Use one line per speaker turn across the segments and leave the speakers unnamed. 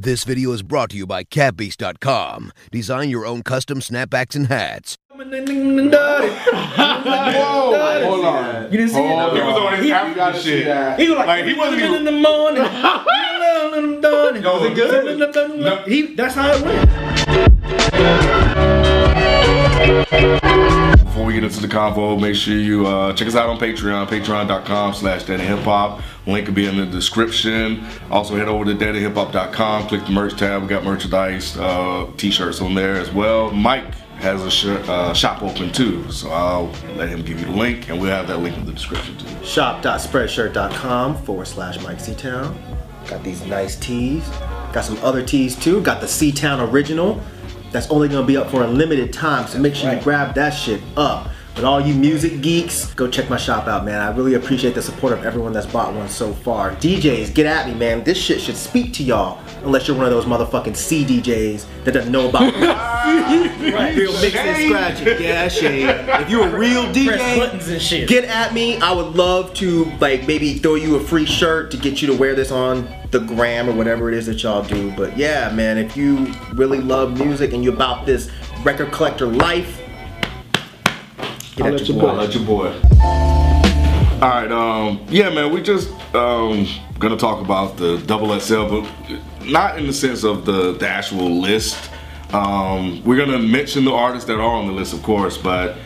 This video is brought to you by CatBeast.com. Design your own custom snapbacks and hats.
Whoa, hold on.
You didn't see
Hold He
it?
was on his
gotta
after
see
shit.
that.
He was like, he wasn't
in the
even.
morning.
Yo,
Was it good?
No.
He, that's how it went.
Before we get into the convo, make sure you uh, check us out on Patreon, patreon.com slash hop. Link will be in the description. Also head over to daddyhiphop.com, click the merch tab. We got merchandise, uh, t-shirts on there as well. Mike has a shirt, uh, shop open too, so I'll let him give you the link, and we'll have that link in the description too.
shop.spreadshirt.com forward slash Mike C Town. Got these nice tees. Got some other tees too. Got the C Town original. That's only gonna be up for a limited time, so make sure you grab that shit up. But all you music geeks, go check my shop out, man. I really appreciate the support of everyone that's bought one so far. DJs, get at me, man. This shit should speak to y'all, unless you're one of those motherfucking CDJs that doesn't know about right. real mix and scratch it. Yeah, shade. If you're a real DJ,
Press buttons and shit.
Get at me. I would love to like maybe throw you a free shirt to get you to wear this on the gram or whatever it is that y'all do. But yeah, man, if you really love music and you about this record collector life, get at your boy.
I'll let your boy. All right, um, yeah, man, we just um, gonna talk about the double XL, but not in the sense of the, the actual list. Um, we're gonna mention the artists that are on the list, of course, but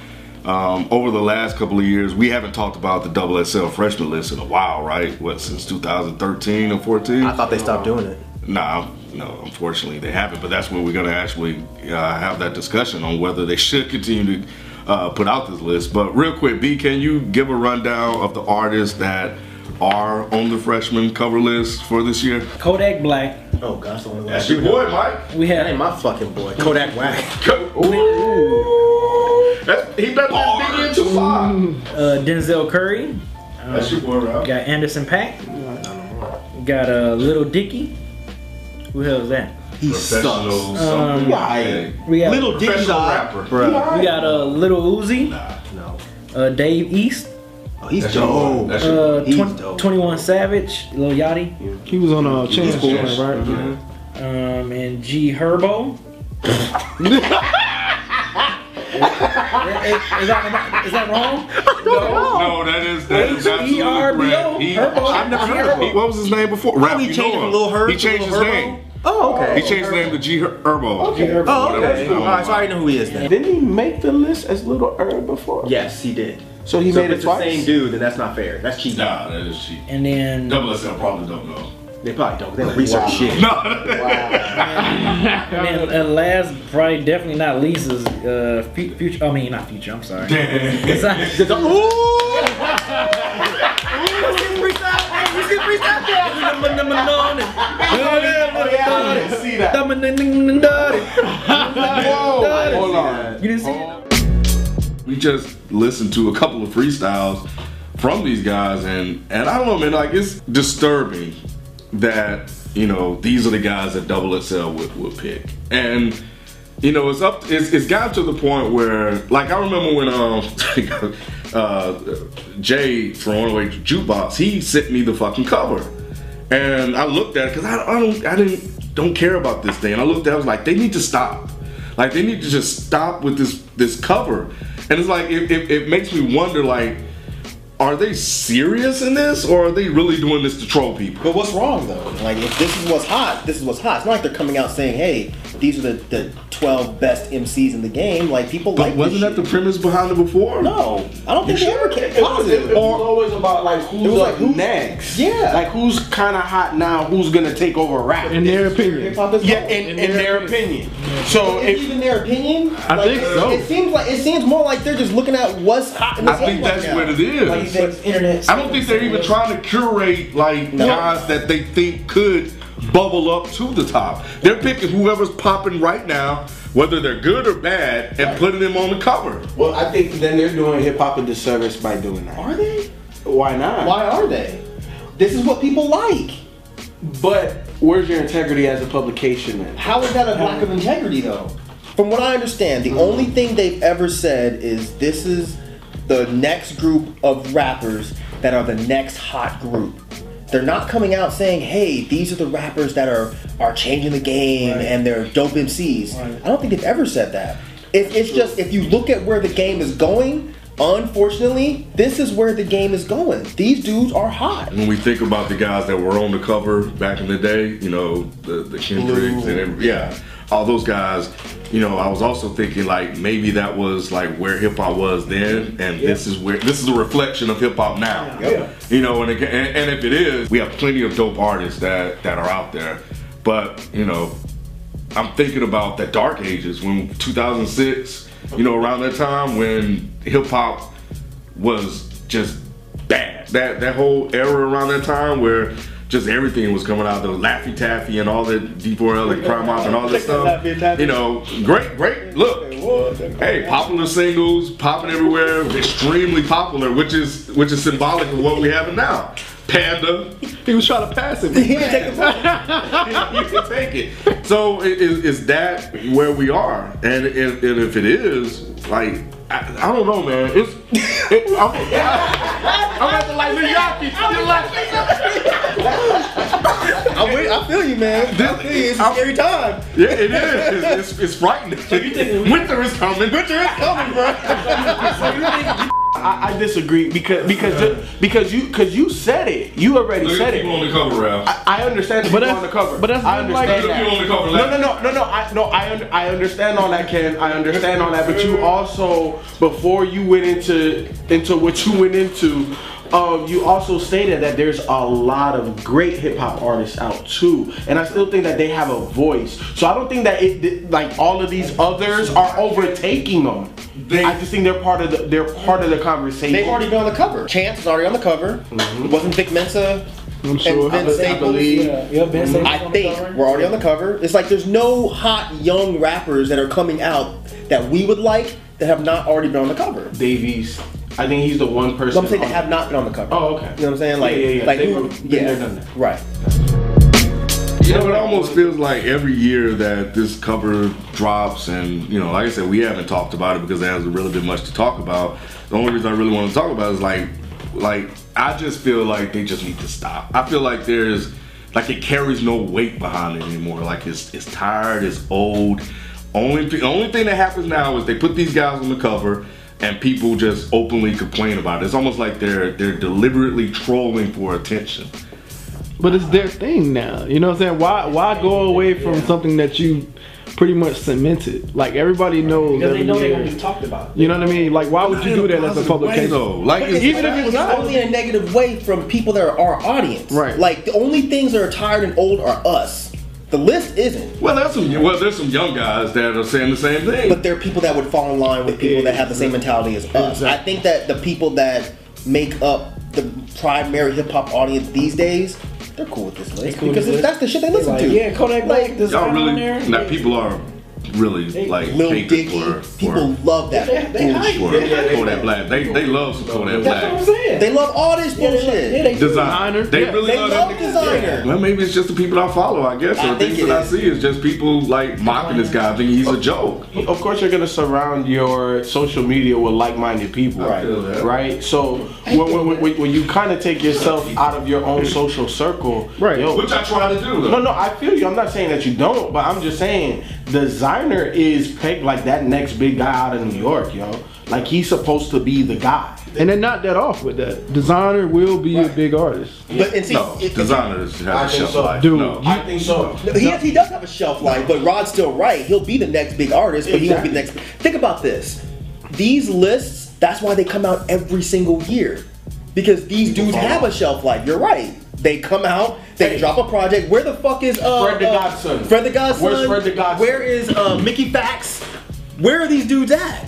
um, over the last couple of years, we haven't talked about the double XL freshman list in a while, right? What since 2013 or 14?
I thought they stopped doing it.
Nah, no, unfortunately they haven't. But that's where we're going to actually uh, have that discussion on whether they should continue to uh, put out this list. But real quick, B, can you give a rundown of the artists that are on the freshman cover list for this year?
Kodak Black.
Oh gosh, the one
That's your boy, Mike.
We
That
had
ain't my fucking boy. Kodak Whack.
Ooh. That's, he better than Biggie and Tupac.
uh, Denzel Curry.
That's your boy, Rob.
Got Anderson Pack. Got uh, Little Dicky. Who the hell is that?
He
Professional
sucks.
something.
Why?
We got
Little Dicky
Professional
dog.
rapper.
We got uh, Little Uzi.
No.
Uh, Dave East.
Oh, he's
That's your boy.
dope.
That's your
Uh,
He's
20,
dope.
21 Savage. Lil Yachty.
He was on a chance
boy.
for it, right?
Um, and G Herbo. is, is that, is that wrong?
No, that is that is absolutely
E-R-B-O,
correct. He-
Herbo.
I've never heard of him. What was his name before? Rap,
he
you
changed
know
from
him.
Lil Herb
He
to
changed his
Lil Herbo?
name.
Oh, okay.
He changed his name to G Her- Herbo.
Herbo.
Oh,
Whatever
okay.
his name
All right, so I already know who he is then.
Didn't he make the list as Little Herb before?
Yes, he did.
So he
So
made
if
it
it's the
twice.
same dude, then that's not fair. That's cheating.
Nah, that is cheap.
And then
Double SL probably don't know.
They probably don't. They don't research shit.
And then, uh, last, probably definitely not least is uh, fu- future. I mean, not future. I'm sorry. It's not-
The- Ooh! Let's get freestyle. Hey, let's get freestyle.
see that. Whoa, hold on.
You didn't see it?
We just listened to a couple of freestyles from these guys, and and I don't know, man. Like it's disturbing that you know these are the guys that Double XL would would pick, and you know it's up. It's, it's gotten to the point where, like, I remember when um uh, Jay from One Way Jukebox, he sent me the fucking cover. And I looked at it because I, I don't I didn't don't care about this thing. And I looked at it, I was like, they need to stop. Like they need to just stop with this this cover. And it's like it, it, it makes me wonder like, are they serious in this or are they really doing this to troll people?
But what's wrong though? Like, if this is what's hot, this is what's hot. It's not like they're coming out saying, "Hey, these are the, the 12 best MCs in the game." Like, people
But
like.
wasn't
this
that the premise behind it before?
shit. No, I don't think they ever came
It,
positive.
was always about like who's
was like
up
who-
next.
Yeah.
Like who's kind of hot now? Who's gonna take over rap?
In their opinion.
yeah, in, in, their, opinion. So
Is it
if
even their opinion? I like,
think
it,
so.
It seems like it seems more like they're just looking at what's hot. In the
I
game
think that's
right now.
what it is.
Like, you think internet.
I don't think they're even trying to curate like guys that they think could bubble up to the top. They're picking whoever's popping right now, whether they're good or bad, and putting them on the cover.
Well, I think then they're doing hip hop a disservice by doing that.
Are they?
Why not?
Why are they? This is what people like.
But where's your integrity as a publication then?
How is that a lack of integrity, though? From what I understand, the only thing they've ever said is this is the next group of rappers that are the next hot group. They're not coming out saying, "Hey, these are the rappers that are are changing the game and they're dope MCs." I don't think they've ever said that. It, it's just if you look at where the game is going, unfortunately, this is where the game is going. These dudes are hot.
When we think about the guys that were on the cover back in the day, you know, the, the Kendricks and every, yeah, all those guys, you know, I was also thinking like maybe that was like where hip hop was then, and this is where this is a reflection of hip hop now. You know, and, it, ca- and and if it is, we have plenty of dope artists that that are out there, but you know, I'm thinking about the dark ages when 2006, you know, around that time when hip hop was just bad. That that whole era around that time where just everything was coming out, the Laffy Taffy and all the D4L and Crime Mob and all this stuff. You know, great, great. Look, hey, popular singles, popping everywhere, extremely popular, which is which is symbolic of what we have now. Panda, he was trying to pass it. but
He didn't take the
you can take it. So i- is, is that where we are? And if, and if it is, like, I, I don't know, man. It's it, I'm, I, am i am like Liyaki. You're like-
I'm with, I feel you, man. I feel you. It's a scary time.
Yeah, it is. It's, it's, it's frightening. Winter is coming. Winter is coming, bro.
I, I disagree because because ju- because you because you said it. You already said it.
on the cover, Ralph.
I I understand the
But
people
that's-
on the cover.
but that's
I
been like-
understand
Look at
that.
you on the cover,
no,
like-
no, no, no, no. I no, I un- I understand all that, Ken. I understand all that. But you also, before you went into into what you went into, um, you also stated that there's a lot of great hip hop artists out too, and I still think that they have a voice. So I don't think that it that, like all of these others are overtaking them.
They-
I just think they're part of the they're part of the conversation.
They've already been on the cover. Chance is already on the cover.
Mm-hmm.
Wasn't Vic Mensa and
sure. I
Ben
be- I
Staples?
believe. Mm-hmm.
Yeah, yeah, Ben Simmons
I
on the
think
cover.
we're already on the cover. It's like there's no hot young rappers that are coming out that we would like that have not already been on the cover.
Davies. I think he's the one person.
I'm saying
on-
they have not been on the cover.
Oh, okay.
You know what I'm saying? Like,
Yeah, yeah, yeah.
like
They
who-
were- been there, done that.
right.
You know, it almost feels like every year that this cover drops, and you know, like I said, we haven't talked about it because there hasn't really been much to talk about. The only reason I really want to talk about it is like, like I just feel like they just need to stop. I feel like there's, like it carries no weight behind it anymore. Like it's it's tired, it's old. Only the only thing that happens now is they put these guys on the cover. And people just openly complain about it. It's almost like they're they're deliberately trolling for attention.
But it's their thing now. You know what I'm saying? Why why go away from something that you pretty much cemented? Like everybody knows
Because they
every
know they're
year.
gonna be talked about.
You know what I mean? Like why would you do
In
that as a
positive way,
publication?
though. Like it's-
Even if it's not.
only in a negative way from people that are our audience.
Right.
Like the only things that are tired and old are us. The list isn't.
Well, there's some well, there's some young guys that are saying the same thing.
but there are people that would fall in line with people that have the same mentality as us.
Exactly.
I think that the people that make up the primary hip hop audience these days, they're cool with this list because
with
that's the shit they listen
Like,
to.
yeah, Kodak Black, this
Y'all
guy
really
on there.
now people are really like
Lil
haters for,
Dicky, people
for,
love that.
They hype.
for Kodak Black. They they love some Kodak
That's what I'm
Black.
saying.
They love all this
yeah,
bullshit.
they, yeah, they do.
Designer. They
Yeah.
really
They
love,
love
that
designer.
Well, maybe it's just the people I follow, I guess,
I
or
think
things
it
that I
is.
see is just people like mocking this guy, thinking he's a joke.
Of course, you're gonna surround your social media with like-minded people,
I feel that.
Right. So when, when, when, when you kind of take yourself out of your own social circle,
Right.
yo,
Which I try to do. Though.
no, no, I feel you. I'm not saying that you don't, but I'm just saying designer is pegged like that next big guy out of New York, yo. Like he's supposed to be the guy.
And they're not that off with that. Designer will be a big artist.
But and see,
No,
it-
designers
I
have a
think
shelf
so.
life.
Dude,
no.
you-
think so.
he, has, he does have a shelf life, but Rod's still right. He'll be the next big artist, but he won't be the next. Think about this. These lists, that's why they come out every single year. Because these dudes have a shelf life. You're right. They come out, they drop a project. Where the fuck is uh,
Fred the
uh,
Godson.
Fred the Godson.
Where's Fred the Godson?
Where is uh, Mickey Fax? Where are these dudes at?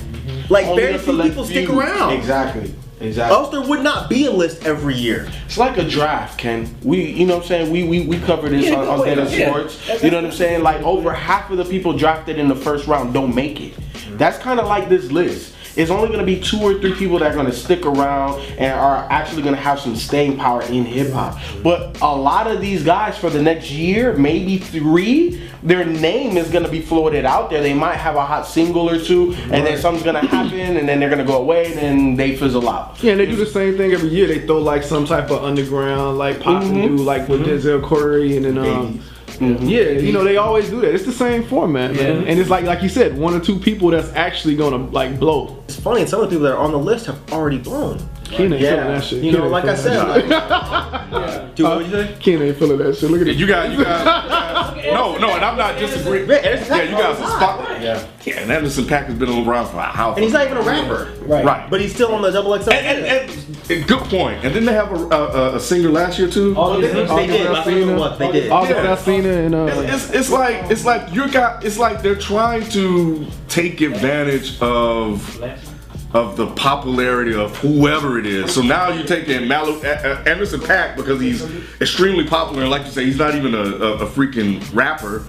Like
Only
very
a
few
select
people stick
few.
around.
Exactly. Exactly.
Else there would not be a list every year.
It's like a draft, Ken. We, you know what I'm saying? We we, we cover this
Yeah,
on,
go
on
ahead.
Data
Yeah.
Sports.
That's-
You know what I'm saying? Like over half of the people drafted in the first round don't make it. That's kind of like this list. It's only going to be two or three people that are going to stick around and are actually going to have some staying power in hip hop. But a lot of these guys for the next year, maybe three, their name is going to be floated out there. They might have a hot single or two, and then something's going to happen, and then they're going to go away, and then they fizzle out.
Yeah, and they do the same thing every year. They throw like some type of underground, like pop and do, like with Denzel Curry and then um, yeah, you know they always do that. It's the same format, man.
Yeah.
And it's like like you said, one or two people that's actually gonna like blow.
It's funny, and some of the people that are on the list have already blown.
Ken ain't feeling
Yeah,
that shit.
you
Ken
know,
ain't
like I
feeling
said,
that
like, dude, what you say?
shit. Ken ain't feeling that shit. Look at it.
You got, you got. no, no, and I'm not disagreeing.
Yeah, Anderson
Yeah,
Paak
you got
was
some
hot.
spot. Yeah, yeah, and Anderson Pack has been around for how?
And he's not even a rapper,
Right.
Right.
but he's still on the double XL.
And, and, and, and good point. And didn't they have a, a, a singer last year too?
All these
they,
lists-
they did. Last season was- They did.
All
Yeah.
that I've seen it and uh,
It's, it's, it's like it's like you got it's like they're trying to take advantage of of the popularity of whoever it is. So now you're taking Malu, A- A- Anderson Pack because he's extremely popular. and Like you say, he's not even a, a, a freaking rapper.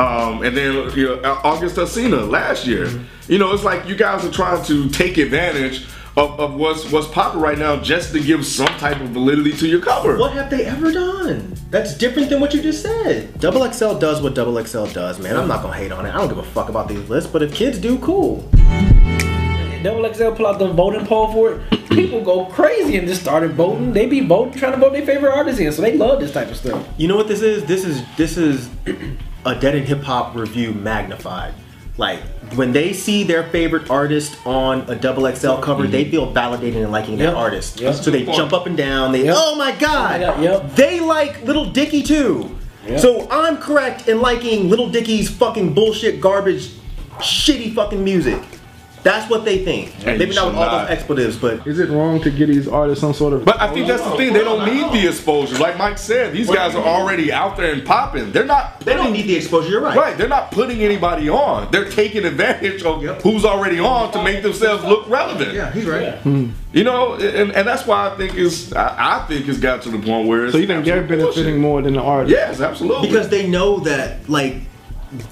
Um, and then you know, August Alsina last year. You know, it's like you guys are trying to take advantage of, of what's what's popular right now just to give some type of validity to your cover.
What have they ever done? That's different than what you just said. Double XL does what Double XL does, man. I'm not gonna hate on it. I don't give a fuck about these lists, but if kids do, cool.
Double XL pull out the voting poll for it. People go crazy and just started voting. They be voting, trying to vote their favorite artists in, so they love this type of stuff.
You know what this is? This is this is a dead in hip hop review magnified. Like when they see their favorite artist on a double XL cover, they feel validated in liking that
Yep.
artist.
Yep.
So they jump up and down. They
Yep.
oh my god,
Yeah, yep.
they like Little Dicky too. So I'm correct in liking Little Dicky's fucking bullshit, garbage, shitty fucking music. That's what they think.
And
Maybe
you
not with
should
all
not.
those expletives, but
is it wrong to give these artists some sort of?
But I think that's the thing. They don't need the exposure. Like Mike said, these guys are already out there and popping. They're not.
they don't need the exposure. You're right.
Right, they're not putting anybody on. They're taking advantage of who's already on to make themselves look relevant.
Yeah, he's right.
You know, and, and that's why I think it's I, I think it's got to the point where it's
so you think they're
absolute bullshit.
benefiting more than the artist?
Yes,
Oh,
absolutely.
because they know that like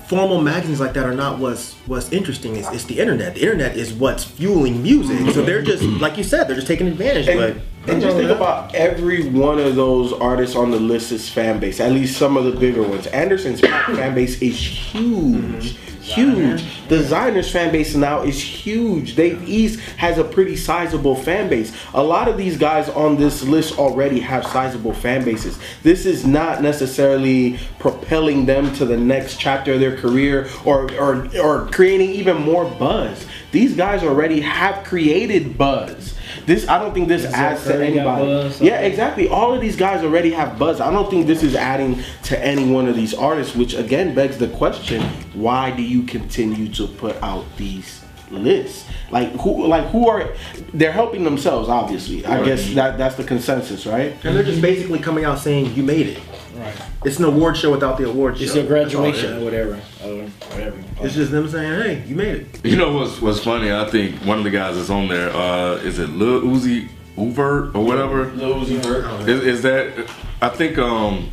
formal magazines like that are not what's what's interesting it's, it's the internet the internet is what's fueling music so they're just like you said they're just taking advantage
And,
but
and just think about every one of those artists on the list is fan base. At least some of the bigger ones. Anderson's fan base is huge. Huge. Designer's fan base now is huge. Dave East has a pretty sizable fan base. A lot of these guys on this list already have sizable fan bases. This is not necessarily propelling them to the next chapter of their career or or, or creating even more buzz. These guys already have created buzz. This I don't think this adds to
Curry got
anybody.
buzz, so-
yeah, exactly. All of these guys already have buzz. I don't think this is adding to any one of these artists, which again begs the question: Why do you continue to put out these lists? Like who? Like who are? They're helping themselves, obviously. I guess that that's the consensus, right?
and they're just basically coming out saying you made it
Right.
it's an award show without the award show
It's your
That's all it
graduation or
is.
whatever. Or whatever.
it's just them saying hey you made it
You know what's what's funny? I think one of the guys that's on there uh, is it Lil Uzi Uvert or whatever. Lil Uzi Vert. Is, is that? I think. um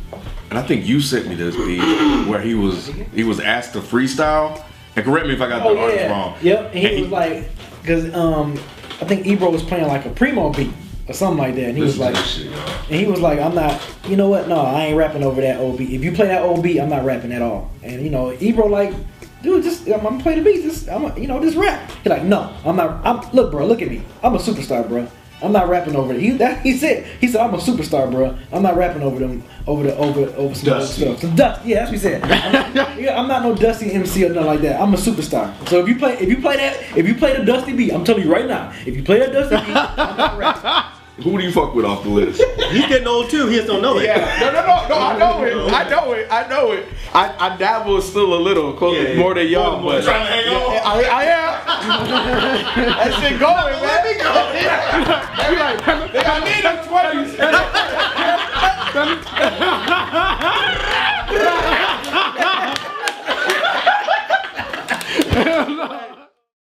And I think you sent me this beat where he was he was asked to freestyle. And correct me if I got the
Oh
artist
yeah.
wrong.
Yep. And
And
he was like, because um, I think Ebro was playing like a primo beat or something like that, and he was
Listen to
like,
this shit, y'all.
and he was like, I'm not. You know what? No, I ain't rapping over that old beat. If you play that old beat, I'm not rapping at all. And you know, Ebro like. Dude, just I'm, I'm playing the beat. Just I'm, a- you know, just rap. He like, no, I'm not. I'm look, bro, look at me. I'm a superstar, bro. I'm not rapping over it. He that he said he said I'm a superstar, bro. I'm not rapping over them over the over over some other
Dusty.
stuff. So dust, yeah, that's what he said. I'm not, yeah, I'm not no dusty MC or nothing like that. I'm a superstar. So if you play if you play that if you play the dusty beat, I'm telling you right now, if you play that dusty beat, I'm not rapping.
Who do you fuck with off the list?
he's getting old too he just don't know it
Yeah. No, no, no, no. I know it. I know it. I know it. I, I dabble still a little, close
Yeah, yeah.
more than y'all, but
Trying to hang on?
I, I am. that shit going, man. Let me go. they like, I need a twenties.